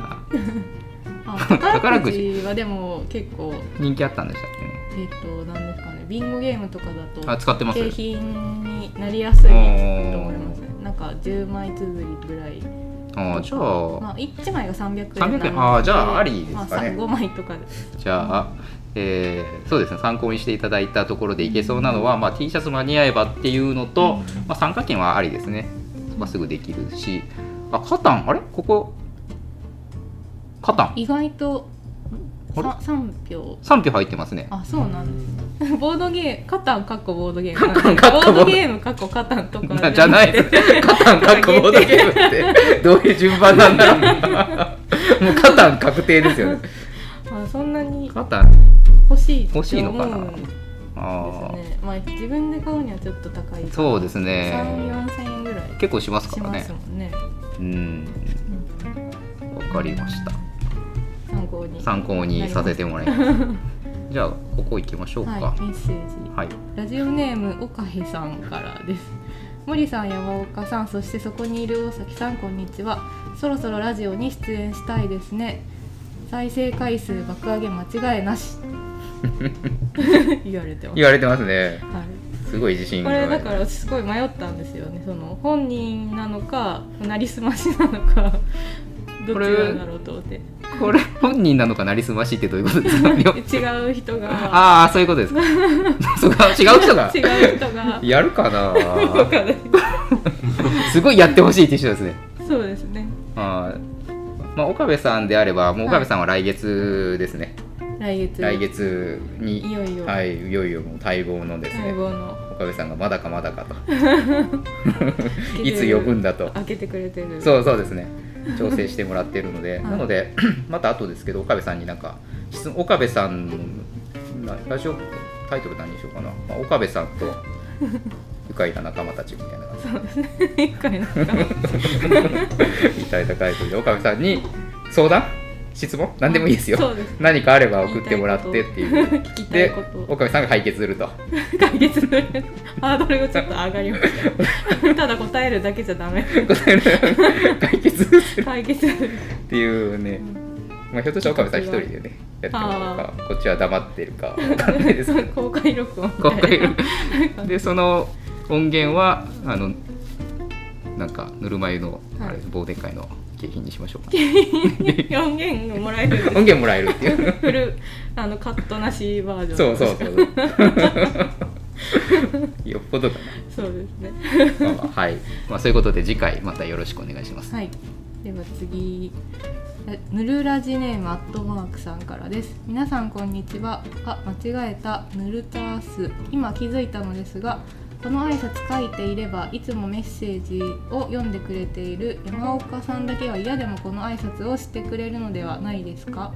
[SPEAKER 1] あ宝
[SPEAKER 2] 宝
[SPEAKER 1] く
[SPEAKER 2] く
[SPEAKER 1] じ
[SPEAKER 2] じ
[SPEAKER 1] はでも結構
[SPEAKER 2] 人気あったんでしたっけ
[SPEAKER 1] えっとなんですかねビンゴゲームとか
[SPEAKER 2] ね。あ、
[SPEAKER 1] だと
[SPEAKER 2] 使ってます
[SPEAKER 1] 景品になりやすいと思いますねなんか10枚綴りぐらい
[SPEAKER 2] あーじゃあ、
[SPEAKER 1] まあ、1枚が300円
[SPEAKER 2] 300円
[SPEAKER 1] なので
[SPEAKER 2] あーじゃあありですかね
[SPEAKER 1] まあ、さ5枚とかで
[SPEAKER 2] じゃあ、えーそうですね参考にしていただいたところでいけそうなのは、まあ、T シャツ間に合えばっていうのと、まあ、参加券はありですね、まあ、すぐできるしあカタンあれここカタン
[SPEAKER 1] 意外と
[SPEAKER 2] あれ
[SPEAKER 1] 3, 票
[SPEAKER 2] 3票入ってますね
[SPEAKER 1] あそうなんですボードゲームカタンかっこボードゲーム
[SPEAKER 2] カタンかっこ
[SPEAKER 1] ボ
[SPEAKER 2] ボー
[SPEAKER 1] ー
[SPEAKER 2] ド
[SPEAKER 1] ドゲームかっこカタンとか
[SPEAKER 2] なじゃないですカタン確保ボードゲー ムってどういう順番なんだろうもうカタン確定ですよね
[SPEAKER 1] あそんなに
[SPEAKER 2] カタン
[SPEAKER 1] 欲しいと
[SPEAKER 2] 欲しいの
[SPEAKER 1] 思
[SPEAKER 2] かな
[SPEAKER 1] うんです
[SPEAKER 2] あー
[SPEAKER 1] ねまあ自分で買うにはちょっと高い
[SPEAKER 2] そうです
[SPEAKER 1] 3 4
[SPEAKER 2] ね
[SPEAKER 1] 千円ぐらい
[SPEAKER 2] 結構します
[SPEAKER 1] し
[SPEAKER 2] から
[SPEAKER 1] ま
[SPEAKER 2] ね
[SPEAKER 1] すもんね
[SPEAKER 2] うんわかりました
[SPEAKER 1] 参考に
[SPEAKER 2] 参考にさせてもら います。じゃあここ行きましょうか。
[SPEAKER 1] は、
[SPEAKER 2] はい
[SPEAKER 1] メッセージ
[SPEAKER 2] い。
[SPEAKER 1] ラジオネームおかへさんからです森さん山岡さんそしてそこにいる大崎さんこんにちはそろそろラジオに出演したいですね再生回数爆上げ間違いなし 言われてます
[SPEAKER 2] 言われてますね。
[SPEAKER 1] はい、
[SPEAKER 2] すごい自信
[SPEAKER 1] こ
[SPEAKER 2] があ
[SPEAKER 1] れ
[SPEAKER 2] る
[SPEAKER 1] だから私すごい迷ったんですよねその本人なのかなりすましなの かどっち
[SPEAKER 2] これ
[SPEAKER 1] なんだろうと思って
[SPEAKER 2] これ本人なのかなりすましってどういうことで すか。両
[SPEAKER 1] 違う人が
[SPEAKER 2] ああそういうこ とですか。そうか違う人が
[SPEAKER 1] 違う人が
[SPEAKER 2] やるか
[SPEAKER 1] わ
[SPEAKER 2] な。
[SPEAKER 1] かんない
[SPEAKER 2] すごいやってほしいって人ですね。
[SPEAKER 1] そうですね
[SPEAKER 2] はい。まあ岡部さんであればもう岡部さんは来月ですね。
[SPEAKER 1] 来月
[SPEAKER 2] 来月に
[SPEAKER 1] いよいよ
[SPEAKER 2] はいいよいよもう待望のです
[SPEAKER 1] 待
[SPEAKER 2] ね。
[SPEAKER 1] 望の
[SPEAKER 2] 岡部さんがまだかまだかと いつ呼ぶんだと
[SPEAKER 1] 開けてくれてる
[SPEAKER 2] そうそうですね調整してもらっている ので、
[SPEAKER 1] い
[SPEAKER 2] なので また後ですけど岡部さんになんか質問岡部さんのなラジオタイトル何にしようかな、まあ、岡部さんと愉快な仲間たちみたいな感
[SPEAKER 1] 一回なんか
[SPEAKER 2] じみたいなタイトルで岡部さんに相談質問何でもいいですよ
[SPEAKER 1] そうです
[SPEAKER 2] 何かあれば送ってもらってっていう
[SPEAKER 1] 聞きたい
[SPEAKER 2] で
[SPEAKER 1] こと
[SPEAKER 2] 岡部さんが解決すると
[SPEAKER 1] 解決の ハードルがちょっと上がりま したただ答えるだけじゃダメ
[SPEAKER 2] 解決する
[SPEAKER 1] 解 決する
[SPEAKER 2] っていうね、まあ、ひょっとしたら岡部さん一人でねやってもらう
[SPEAKER 1] あ
[SPEAKER 2] かこっちは黙ってるかわかんないですけど
[SPEAKER 1] 公開録音み
[SPEAKER 2] 公
[SPEAKER 1] たい
[SPEAKER 2] 開
[SPEAKER 1] な
[SPEAKER 2] でその音源はあのなんかぬるま湯のあ
[SPEAKER 1] は
[SPEAKER 2] れ
[SPEAKER 1] い
[SPEAKER 2] 忘年会の景品にしましょうか、
[SPEAKER 1] 音源がもらえる
[SPEAKER 2] 音源もらえるっ ていう
[SPEAKER 1] フルあのカットなしバージョン
[SPEAKER 2] そうそう そうそうよっぽどか
[SPEAKER 1] そうですね
[SPEAKER 2] な、まあまあはい、まあ、そういうことで次回またよろしくお願いします、
[SPEAKER 1] はい、では次えぬるラジネームアットマークさんからです皆さんこんにちはあ間違えたぬるタース今気づいたのですがこの挨拶書いていればいつもメッセージを読んでくれている山岡さんだけは嫌でもこの挨拶をしてくれるのではないですか、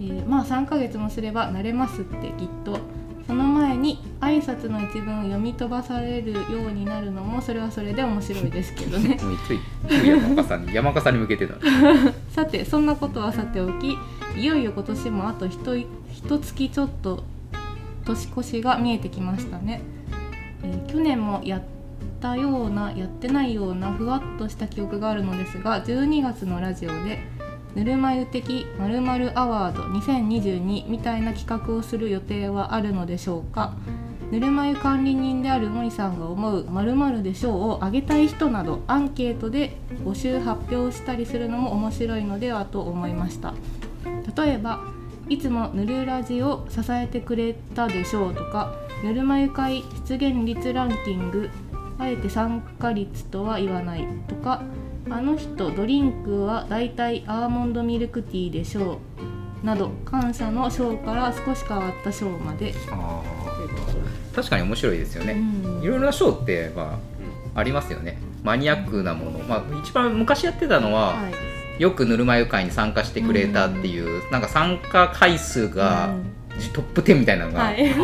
[SPEAKER 1] えーまあ3ヶ月もすれば慣れますってきっとその前に挨拶の一文を読み飛ばされるようになるのもそれはそれで面白いですけどね
[SPEAKER 2] もうつい山岡さ んに山岡さんに向けてだ
[SPEAKER 1] さてそんなことはさておきいよいよ今年もあとひと一月ちょっと年越しが見えてきましたね、えー去年もやったようなやってないようなふわっとした記憶があるのですが12月のラジオで「ぬるま湯的〇〇アワード2022」みたいな企画をする予定はあるのでしょうかぬるま湯管理人である森さんが思う「〇〇でしょう」をあげたい人などアンケートで募集発表したりするのも面白いのではと思いました例えば「いつもぬるラジを支えてくれたでしょう」とか「ぬるま湯会出現率ランキングあえて参加率とは言わない」とか「あの人ドリンクはだいたいアーモンドミルクティーでしょう」など感謝の賞から少し変わった賞まで、
[SPEAKER 2] 確かに面白いですよ
[SPEAKER 1] う
[SPEAKER 2] ね、
[SPEAKER 1] ん
[SPEAKER 2] いろいろな賞って、まあ、ありますよねマニアックなもの、まあ、一番昔やってたのは、
[SPEAKER 1] はい
[SPEAKER 2] よくぬるま湯会に参加してくれたっていう、なんか参加回数が、
[SPEAKER 1] うん
[SPEAKER 2] トップ10みたいなのが、
[SPEAKER 1] はい、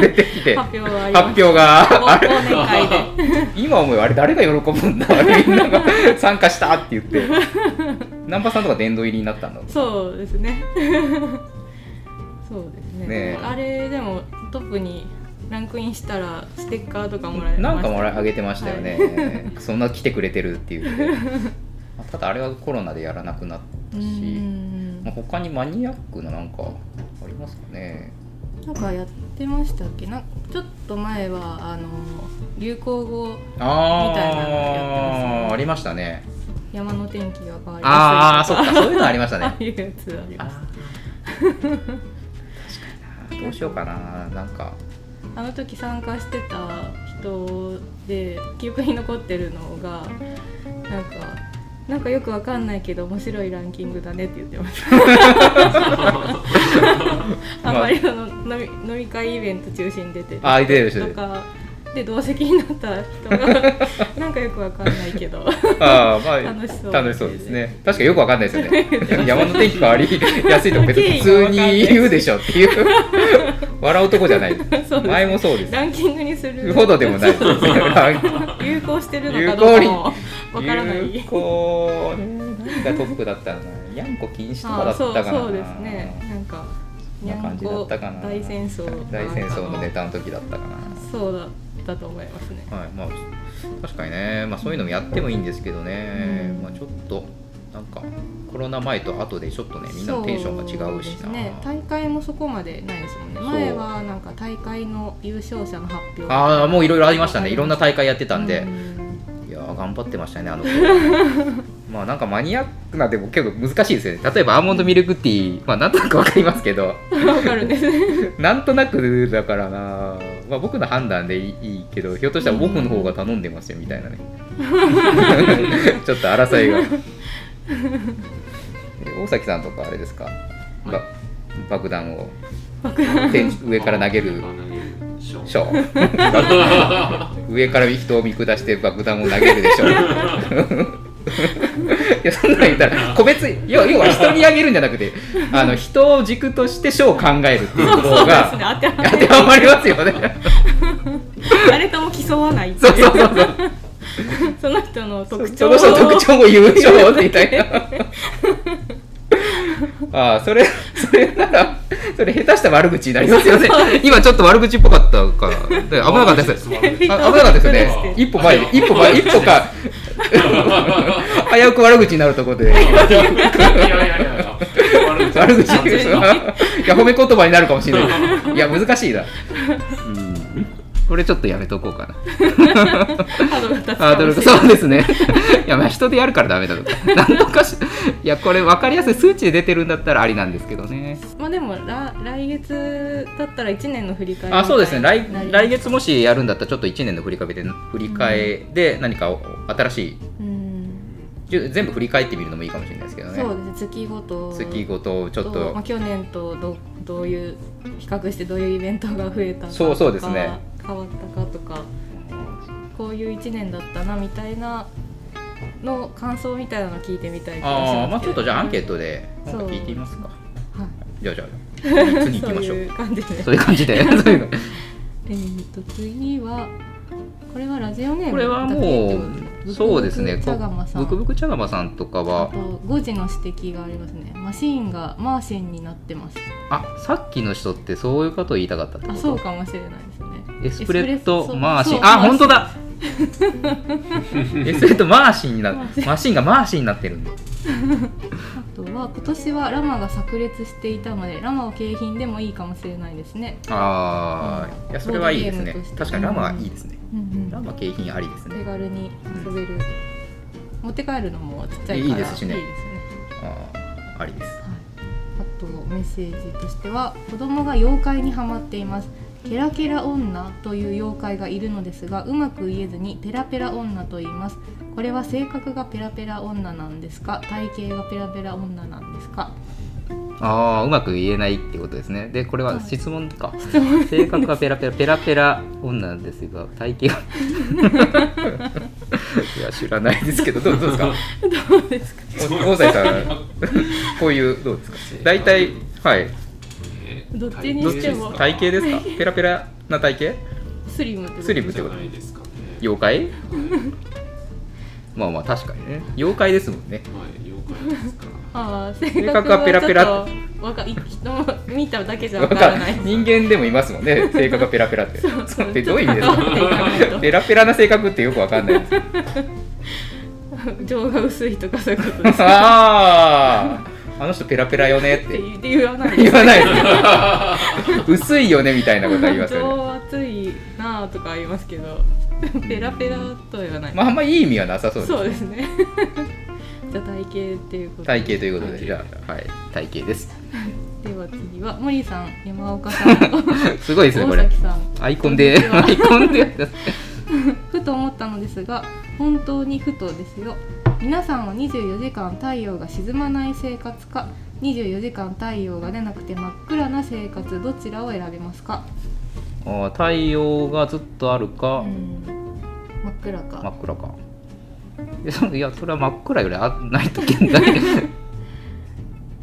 [SPEAKER 2] 出てきて発
[SPEAKER 1] 発表はあります
[SPEAKER 2] 表が あれ
[SPEAKER 1] 忘年会で
[SPEAKER 2] 今思えばあれ誰が喜ぶんだみんなが参加したって言 って難波さんとか殿堂入りになったんだもん
[SPEAKER 1] そうですねそうですね
[SPEAKER 2] ねえ
[SPEAKER 1] あれでもトップにランクインしたらステッカーとかもらえました
[SPEAKER 2] なんかもらいあげてましたよね、そんな来てくれてるっていう のでまあただあれはコロナでやらなくなった
[SPEAKER 1] う
[SPEAKER 2] し、
[SPEAKER 1] ん
[SPEAKER 2] まあ、他にマニアックななんかありますかね
[SPEAKER 1] なんかやってましたっけなんかちょっと前はあの流行語
[SPEAKER 2] あー
[SPEAKER 1] みたいなのやってますね
[SPEAKER 2] ありましたね
[SPEAKER 1] 山の天気が変わり
[SPEAKER 2] あ
[SPEAKER 1] ま
[SPEAKER 2] あ
[SPEAKER 1] す
[SPEAKER 2] そ
[SPEAKER 1] よ
[SPEAKER 2] っかそういうのありましたね
[SPEAKER 1] ああいうやつは
[SPEAKER 2] あー確かになどうしようかななんか
[SPEAKER 1] あの時参加してた人で記憶に残ってるのがなんかなんかよくわかんないけど面白いランキングだねって言って ましたあんまりその飲み飲み会イベント中心に出てる
[SPEAKER 2] あー出てる出て
[SPEAKER 1] と
[SPEAKER 2] る
[SPEAKER 1] かで同席になった人がなんかよくわかんないけ ど
[SPEAKER 2] ああまあ
[SPEAKER 1] 楽しそう
[SPEAKER 2] 楽しそうですね確かによくわかんないです よね山の天気変わりやすいとこ別に普通に言うでしょっていう笑うとこじゃない
[SPEAKER 1] そうです
[SPEAKER 2] 前もそうです
[SPEAKER 1] ランキングにす る
[SPEAKER 2] ほ どでもないですね
[SPEAKER 1] 有効してるのかどうかもわからない
[SPEAKER 2] 有効何がトップだったのかなにゃんこ禁止とかだ
[SPEAKER 1] あ
[SPEAKER 2] っ
[SPEAKER 1] そう
[SPEAKER 2] たかな
[SPEAKER 1] そうですねなんか
[SPEAKER 2] こんな感じだったかな
[SPEAKER 1] にゃんこ大戦争
[SPEAKER 2] 大戦争のネタの時だったかな
[SPEAKER 1] そうだったと思いますね
[SPEAKER 2] はいまあ確かにね、まあ、そういうのもやってもいいんですけどね、
[SPEAKER 1] うん
[SPEAKER 2] まあ、ちょっとなんかコロナ前と後でちょっとねみんなのテンションが違うし
[SPEAKER 1] そ
[SPEAKER 2] な
[SPEAKER 1] ですね大会もそこまでないですもんね
[SPEAKER 2] そう
[SPEAKER 1] 前はなんか大会の優勝者の発表
[SPEAKER 2] ああもういろいろありました
[SPEAKER 1] あ
[SPEAKER 2] ね
[SPEAKER 1] り
[SPEAKER 2] いろんな大会やってたんで、
[SPEAKER 1] うん
[SPEAKER 2] いやー頑張ってましたねあの子 まあなんかマニアックなでも結構難しいですよね例えばアーモンドミルクティーまあなんとなくわかりますけど
[SPEAKER 1] わかるんですね
[SPEAKER 2] なんとなくだからなまあ僕の判断でいいいいけどひょっとしたら僕の方が頼んでますよみたいなねちょっと争いがえ大崎さんとかあれですか、
[SPEAKER 3] い
[SPEAKER 2] ば爆弾を天上から投げる
[SPEAKER 3] ショ
[SPEAKER 2] ショー上から人を見下して爆弾を投げるでしょういやそんなん言ったら個別要要は人にあげるんじゃなくてあの人を軸として賞を考えるっていうこと
[SPEAKER 1] そうですね当
[SPEAKER 2] が
[SPEAKER 1] ては
[SPEAKER 2] 当てはまりますよね
[SPEAKER 1] 誰とも競わない
[SPEAKER 2] そうそうそう
[SPEAKER 1] その人の
[SPEAKER 2] そう
[SPEAKER 1] 特
[SPEAKER 2] そ
[SPEAKER 1] 徴
[SPEAKER 2] の人の特徴も優勝みたいな ああそれそれならそれ下手したら悪口になりますよね今ちょっと悪口っぽかったからで危なかったです
[SPEAKER 3] す
[SPEAKER 2] あ危なかったですね。一歩前で、一歩前、一歩か。危うく悪口になるところで、
[SPEAKER 3] いやいやいや悪口
[SPEAKER 2] 悪口言う人がいや、褒め言葉になるかもしれないけど。いや、難しいな。うんこれちょっとやめとこうかな。
[SPEAKER 1] ハードルが立つ
[SPEAKER 2] ハ
[SPEAKER 1] か
[SPEAKER 2] ードル
[SPEAKER 1] もし
[SPEAKER 2] が
[SPEAKER 1] れない
[SPEAKER 2] そうですね。 いや、まあ人でやるからダメだとか。 なんとかし、いや、これ分かりやすい数値で出てるんだったらありなんですけどね。
[SPEAKER 1] まあでもら来月だったら一年の振り返り
[SPEAKER 2] あそうですね来
[SPEAKER 1] なります
[SPEAKER 2] 来月もしやるんだったらちょっと1年の振り返りで振り替えで何か新しい
[SPEAKER 1] うん
[SPEAKER 2] じゅ全部振り返ってみるのもいいかもしれないですけどね
[SPEAKER 1] そうですね月ごと
[SPEAKER 2] 月ごとちょっと
[SPEAKER 1] まあ、去年とどどういう比較してどういうイベントが増えたかとか
[SPEAKER 2] そうそうですね
[SPEAKER 1] 変わったかとかこういう1年だったなみたいなの感想みたいなの聞いてみたい気がしますけど
[SPEAKER 2] ああまあちょっとじゃあアンケートで
[SPEAKER 1] そ
[SPEAKER 2] な
[SPEAKER 1] うん
[SPEAKER 2] か聞いてみますか
[SPEAKER 1] はい
[SPEAKER 2] じゃあじゃあ次行きまし
[SPEAKER 1] そ
[SPEAKER 2] ょ
[SPEAKER 1] ういうう感じで
[SPEAKER 2] そういう感じで そう いうの
[SPEAKER 1] えー、と次はこれはラジオネーム
[SPEAKER 2] これは
[SPEAKER 1] だけって
[SPEAKER 2] も
[SPEAKER 1] ことですね
[SPEAKER 2] うそうです
[SPEAKER 1] ブ
[SPEAKER 2] ね
[SPEAKER 1] クブク茶釜さん
[SPEAKER 2] ブクブク茶釜さんとか
[SPEAKER 1] あ
[SPEAKER 2] は
[SPEAKER 1] と5時の指摘がありますねマシーンがマーシンになってます
[SPEAKER 2] あさっきの人ってそういうことを言いたかったってこ
[SPEAKER 1] あ
[SPEAKER 2] と
[SPEAKER 1] そうかもしれないですね
[SPEAKER 2] エスプレッド
[SPEAKER 1] そう
[SPEAKER 2] マーシ
[SPEAKER 1] そ
[SPEAKER 2] ン
[SPEAKER 1] う
[SPEAKER 2] あ
[SPEAKER 1] マーシ
[SPEAKER 2] 本当 だエスプレッドマーシンにな
[SPEAKER 1] マ
[SPEAKER 2] っ
[SPEAKER 1] ー
[SPEAKER 2] てマシンがマーシンになってるんで
[SPEAKER 1] あとは今年はラマが炸裂していたのでラマを景品でもいいかもしれないですね
[SPEAKER 2] ああいやそれはいいですね
[SPEAKER 1] ボードゲームとして
[SPEAKER 2] 確かにラマはいいですね
[SPEAKER 1] うんうん
[SPEAKER 2] ラマ景品ありです
[SPEAKER 1] 手
[SPEAKER 2] ね
[SPEAKER 1] 軽に遊べる持って帰るのもちっちゃいから
[SPEAKER 2] いいですしね
[SPEAKER 1] いいですね
[SPEAKER 2] あーありです
[SPEAKER 1] はい、あとメッセージとしては子供が妖怪にはまっていますケラケラ女という妖怪がいるのですがうまく言えずにペラペラ女と言いますこれは性格がペラペラ女なんですか体型がペラペラ女なんですか
[SPEAKER 2] ああうまく言えないってことですねでこれは質問か、
[SPEAKER 1] 質問
[SPEAKER 2] 性格がペラペラペラペラ女なんですが体型が いや知らないですけどどうどうですか
[SPEAKER 1] どうですか
[SPEAKER 2] お大西さん こういうどうですか大体はい
[SPEAKER 3] え
[SPEAKER 1] どっちに
[SPEAKER 2] どっ
[SPEAKER 1] し
[SPEAKER 2] ち
[SPEAKER 1] て
[SPEAKER 2] で
[SPEAKER 1] も
[SPEAKER 2] すか体型ですかペラペラな体型
[SPEAKER 1] スリムってこと
[SPEAKER 2] スリム
[SPEAKER 3] じゃないですかね。
[SPEAKER 2] 妖怪
[SPEAKER 3] はい
[SPEAKER 2] まあまあ確かにね妖怪ですもんね
[SPEAKER 3] はい、妖怪ですから。
[SPEAKER 1] ああ
[SPEAKER 2] 性
[SPEAKER 1] 性
[SPEAKER 2] 格
[SPEAKER 1] 格
[SPEAKER 2] が
[SPEAKER 1] が
[SPEAKER 2] ペ
[SPEAKER 1] ペラ
[SPEAKER 2] ラペ
[SPEAKER 1] ペ
[SPEAKER 2] ラ
[SPEAKER 1] ラわか人も見ただけじゃわからない
[SPEAKER 2] 人間でもいますもんね性格がペラペラってそう ってどういう意味です
[SPEAKER 1] ちょっ
[SPEAKER 2] か
[SPEAKER 1] と わかんないと
[SPEAKER 2] ペラペラな性格ってよくわかんないです
[SPEAKER 1] 情が薄いとかそういうことです
[SPEAKER 2] あああの人ペラペラよねっ
[SPEAKER 1] って
[SPEAKER 2] て
[SPEAKER 1] 言って言わない
[SPEAKER 2] 言わない ですね薄いよねみたいなことは言いますよね
[SPEAKER 1] 情熱いなあとか言いますけどペラペラとは言わない、
[SPEAKER 2] まああんまいい意味はなさそうです
[SPEAKER 1] そうですね じゃあ体型っていうことで
[SPEAKER 2] 体型ということでじ
[SPEAKER 3] 体
[SPEAKER 2] ゃあ、はい、体型です
[SPEAKER 1] では次は森さん山岡さん
[SPEAKER 2] すごい ですねこ
[SPEAKER 1] 大
[SPEAKER 2] れ
[SPEAKER 1] 崎さん
[SPEAKER 2] アイコン で
[SPEAKER 1] こんにちは
[SPEAKER 2] アイコンで
[SPEAKER 1] ふと思ったのですが本当にふとですよ皆さんは24時間太陽が沈まない生活か24時間太陽が出なくて真っ暗な生活どちらを選びますか
[SPEAKER 2] あー太陽がずっとあるか、
[SPEAKER 1] うん真っ暗か、
[SPEAKER 2] 真っ暗かえそいやそれは真っ暗よりあないと現 代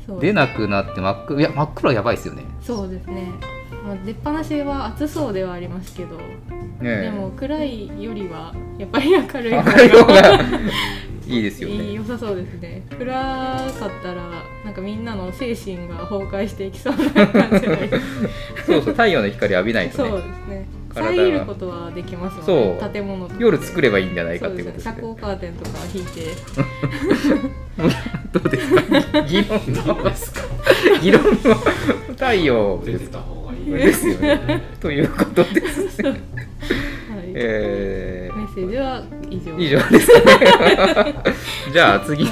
[SPEAKER 1] そう
[SPEAKER 2] 出なくなって真っ暗いや真っ暗はやばいですよね
[SPEAKER 1] そうですね、まあ、出っ放しは暑そうではありますけどでも暗いよりはやっぱり明るい
[SPEAKER 2] 明
[SPEAKER 1] 方
[SPEAKER 2] るい方
[SPEAKER 1] が
[SPEAKER 2] がいいですよ
[SPEAKER 1] いい
[SPEAKER 2] ね
[SPEAKER 1] 良さそうですね暗かったらなんかみんなの精神が崩壊していきそうな感じが
[SPEAKER 2] そうそう太陽の光浴びないと
[SPEAKER 1] そう
[SPEAKER 2] ね
[SPEAKER 1] ですね
[SPEAKER 2] 体が
[SPEAKER 1] 遮ることはできますもんね
[SPEAKER 2] そう
[SPEAKER 1] 建物とか
[SPEAKER 2] 夜作ればいいんじゃな
[SPEAKER 1] ば
[SPEAKER 2] いかっていうことです
[SPEAKER 1] 遮
[SPEAKER 2] ね
[SPEAKER 1] 光カーテンとか引いて
[SPEAKER 2] どうですか議論
[SPEAKER 3] どう
[SPEAKER 2] の
[SPEAKER 3] ですか。
[SPEAKER 2] 議論の太陽
[SPEAKER 3] 出
[SPEAKER 2] で
[SPEAKER 3] て
[SPEAKER 2] す
[SPEAKER 3] た方がいい
[SPEAKER 2] ですよね。ということですね、
[SPEAKER 1] はい
[SPEAKER 2] え
[SPEAKER 1] メッセージは以上
[SPEAKER 2] ー、以上ですねじゃあ次の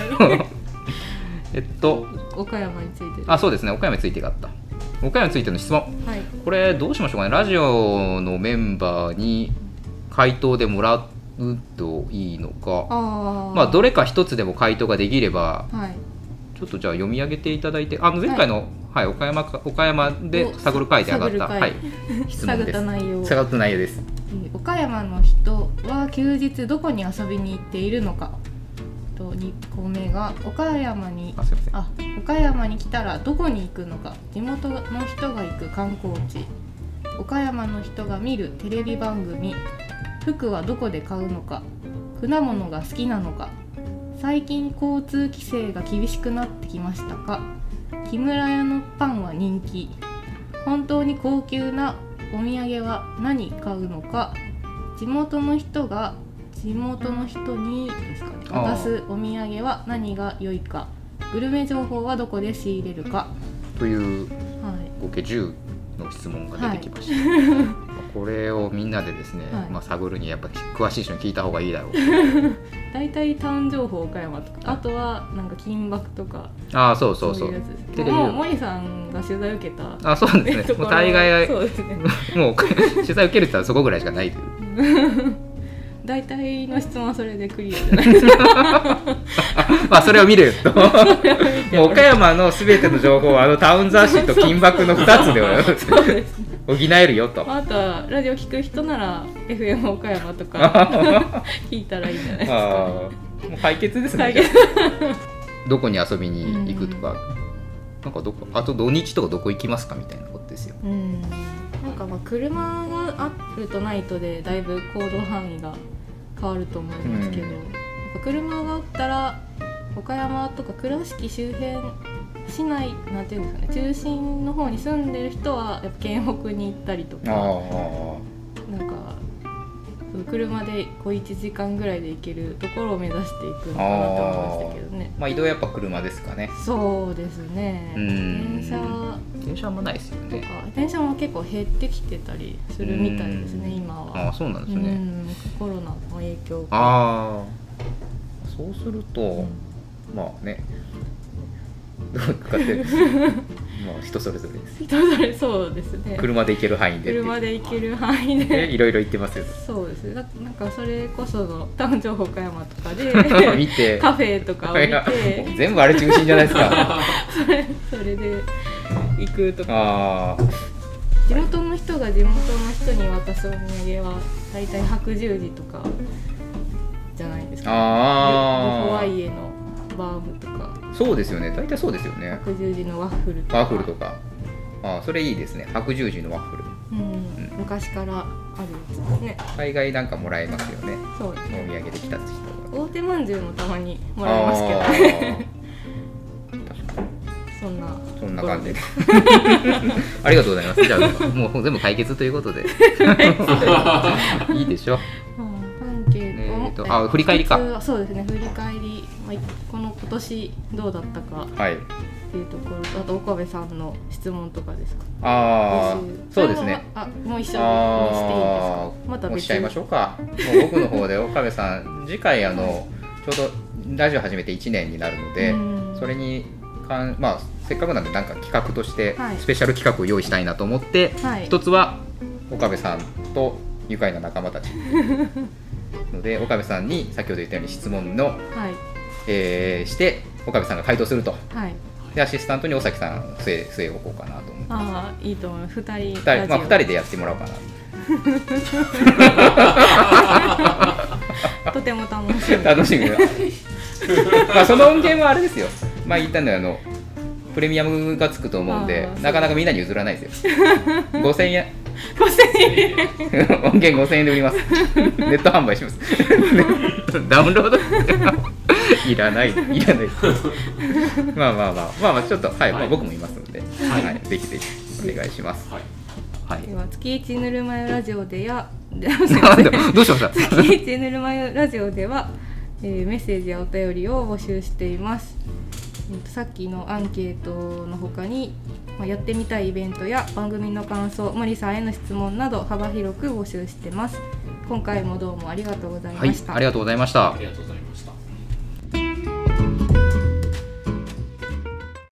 [SPEAKER 2] えっと
[SPEAKER 1] 岡山について
[SPEAKER 2] あそうですね岡山についてがあった岡山についての質問
[SPEAKER 1] はい
[SPEAKER 2] これどうしましょうかねラジオのメンバーに回答でもらうといいのか
[SPEAKER 1] ああ
[SPEAKER 2] まあどれか一つでも回答ができれば
[SPEAKER 1] はい
[SPEAKER 2] ちょっとじゃあ読み上げていただいてあの前回の、はい岡山か岡山で
[SPEAKER 1] お
[SPEAKER 2] 探る会で上がった、
[SPEAKER 1] 探る会
[SPEAKER 2] はい、質問
[SPEAKER 1] 探っ
[SPEAKER 2] で
[SPEAKER 1] た
[SPEAKER 2] す
[SPEAKER 1] 内容
[SPEAKER 2] 探った内容です
[SPEAKER 1] えー岡山の人は休日どこに遊びに行っているのかと2個目が岡山に
[SPEAKER 2] あすいません
[SPEAKER 1] あ岡山に来たらどこに行くのか地元の人が行く観光地岡山の人が見るテレビ番組服はどこで買うのか果物が好きなのか最近交通規制が厳しくなってきましたか木村屋のパンは人気本当に高級なお土産は何買うのか地元の人が地元の人にですかね
[SPEAKER 2] あー
[SPEAKER 1] 渡すお土産は何が良いかグルメ情報はどこで仕入れるか
[SPEAKER 2] という
[SPEAKER 1] はい
[SPEAKER 2] 合計10の質問が出てきました、これをみんなでですね、
[SPEAKER 1] はい
[SPEAKER 2] まあ、探るにはやっぱ詳しい人に聞いた方がいいだろう
[SPEAKER 1] 大体タウン情報岡山とかあとはなんか金箔とか
[SPEAKER 2] ああそうそ
[SPEAKER 1] そう
[SPEAKER 2] うそう
[SPEAKER 1] いうやつ
[SPEAKER 2] テ
[SPEAKER 1] で
[SPEAKER 2] レビ
[SPEAKER 1] すもう森さんが取材受けた
[SPEAKER 2] あそう ですね
[SPEAKER 1] とこ
[SPEAKER 2] も
[SPEAKER 1] ろ
[SPEAKER 2] う大概
[SPEAKER 1] そうですね
[SPEAKER 2] もう取材受けるって言ったらそこぐらいしかないという
[SPEAKER 1] 大体の質問はそれでクリアじゃない ですか
[SPEAKER 2] まあそれを見る ともう岡山のすべての情報はあのタウン雑誌と金箔の2つで
[SPEAKER 1] そうですね
[SPEAKER 2] お補えるよと。
[SPEAKER 1] あとはラジオ聞く人なら FM 岡山と か
[SPEAKER 2] あ
[SPEAKER 1] 聞いたらいいんじゃないですか
[SPEAKER 2] あー、もう解決ですね。
[SPEAKER 1] 解決
[SPEAKER 2] じゃあどこに遊びに行くとか、なんかどこ、あと土日とかどこ行きますかみたいなことですよ。
[SPEAKER 1] うんなんかまあ車があるとないとでだいぶ行動範囲が変わると思いますけど、
[SPEAKER 2] うん
[SPEAKER 1] やっぱ車があったら岡山とか倉敷周辺市内なんていうんですかね中心の方に住んでる人はやっぱ県北に行ったりとかなんか
[SPEAKER 2] あ
[SPEAKER 1] その車でこう1時間ぐらいで行けるところを目指していくのかなと思いましたけどね
[SPEAKER 2] あ。まあ移動はやっぱ車ですかね。
[SPEAKER 1] そうですね、
[SPEAKER 2] うん
[SPEAKER 1] 電車
[SPEAKER 2] 電車もないですよ
[SPEAKER 1] と
[SPEAKER 2] ね。
[SPEAKER 1] か電車も結構減ってきてたりするみたいですね、
[SPEAKER 2] うん
[SPEAKER 1] 今
[SPEAKER 2] ああ、
[SPEAKER 1] は。
[SPEAKER 2] そうなんです
[SPEAKER 1] う
[SPEAKER 2] ね。
[SPEAKER 1] ん、コロナの影響が。
[SPEAKER 2] ああ、そうすると、
[SPEAKER 1] うん
[SPEAKER 2] まあね、どう行く かって、まあ人それぞれです。
[SPEAKER 1] 人それそうですね。
[SPEAKER 2] 車で行ける範囲でっていう。
[SPEAKER 1] 車で行ける範囲
[SPEAKER 2] ね
[SPEAKER 1] で。
[SPEAKER 2] いろいろ行っ てますよ。
[SPEAKER 1] そうですね。ななんかそれこそのタウン情報岡山とかで
[SPEAKER 2] 見て。
[SPEAKER 1] カフェとかを見
[SPEAKER 2] いやもう
[SPEAKER 1] て、
[SPEAKER 2] 全部あれ中心じゃないですか。
[SPEAKER 1] それそれで行くとか。
[SPEAKER 2] あ
[SPEAKER 1] 地元の人が地元の人に渡すお土産は大体白十字とかじゃないです
[SPEAKER 2] あ、
[SPEAKER 1] か。でホ
[SPEAKER 2] あ
[SPEAKER 1] ワイ
[SPEAKER 2] あ、
[SPEAKER 1] エのバームとか。
[SPEAKER 2] そうですよね。大体そうですよね。
[SPEAKER 1] 白十字のワッフルとか
[SPEAKER 2] ワッフルとか。ああ、それいいですね。白十字のワッフル。
[SPEAKER 1] うん昔からあるやつですね
[SPEAKER 2] 海外なんかもらえますよね。
[SPEAKER 1] そう
[SPEAKER 2] お土産で来た人が。
[SPEAKER 1] 大手まんじゅうもたまにもらいますけどね
[SPEAKER 2] あー確かに
[SPEAKER 1] そんな
[SPEAKER 2] そんな感 じで。 ありがとうございます。じゃあ、もう全部解決ということで。 いいでしょ。
[SPEAKER 1] アンケートも、
[SPEAKER 2] えーとあ振り返りか
[SPEAKER 1] 普通はそうですね振り返り、まあ、この今年どうだったか
[SPEAKER 2] はい。
[SPEAKER 1] っていうところとあと岡部さんの質問とかですか
[SPEAKER 2] ああ
[SPEAKER 1] 募、集
[SPEAKER 2] そうですね。
[SPEAKER 1] それもあもう一緒にしていいです
[SPEAKER 2] あ
[SPEAKER 1] かまた
[SPEAKER 2] もう
[SPEAKER 1] 別
[SPEAKER 2] しちゃいましょ
[SPEAKER 1] う
[SPEAKER 2] うか。もう僕の方で岡部さん、次回あのちょうどラジオ始めて1年になるので、
[SPEAKER 1] うん
[SPEAKER 2] それにかんまあせっかくなんでなんか企画として
[SPEAKER 1] はい
[SPEAKER 2] スペシャル企画を用意したいなと思って、
[SPEAKER 1] はい
[SPEAKER 2] 一つは岡部さんと愉快な仲 間たちので岡部さんに先ほど言ったように質問の、
[SPEAKER 1] はい
[SPEAKER 2] えーして岡部さんが回答すると。
[SPEAKER 1] はい
[SPEAKER 2] でアシスタントに尾崎さん据え据え置こうかなと思って。
[SPEAKER 1] ああいいと思います二人
[SPEAKER 2] 二人まあ、
[SPEAKER 1] ラジオ
[SPEAKER 2] 二人でやってもらおうかな
[SPEAKER 1] とても楽しみ
[SPEAKER 2] 楽し みだまあその音源はあれですよ前言ったのよあのプレミアムがつくと思うんで
[SPEAKER 1] あー
[SPEAKER 2] なかなかみんなに譲らないですよ5000円
[SPEAKER 1] 5000 円
[SPEAKER 2] 音源5000円で売 りますネット販売 しますダウンロードいらないいらないまあまあまあまあまあちょっとはい、ま
[SPEAKER 3] は
[SPEAKER 2] あ、
[SPEAKER 3] い
[SPEAKER 2] 僕もいますので、はいぜひぜひお願いします
[SPEAKER 3] はい。
[SPEAKER 2] はい
[SPEAKER 1] では月一ぬるま湯ラジオでや すいません
[SPEAKER 2] なんだどうしました
[SPEAKER 1] 月一ぬるま湯ラジオでは、えーメッセージやお便りを募集しています、えーとさっきのアンケートの他に、まあ、やってみたいイベントや番組の感想森さんへの質問など幅広く募集してます今回もどうもありがとうござい
[SPEAKER 2] はい
[SPEAKER 1] ました、
[SPEAKER 2] ありがとうございました
[SPEAKER 3] ありがとうございました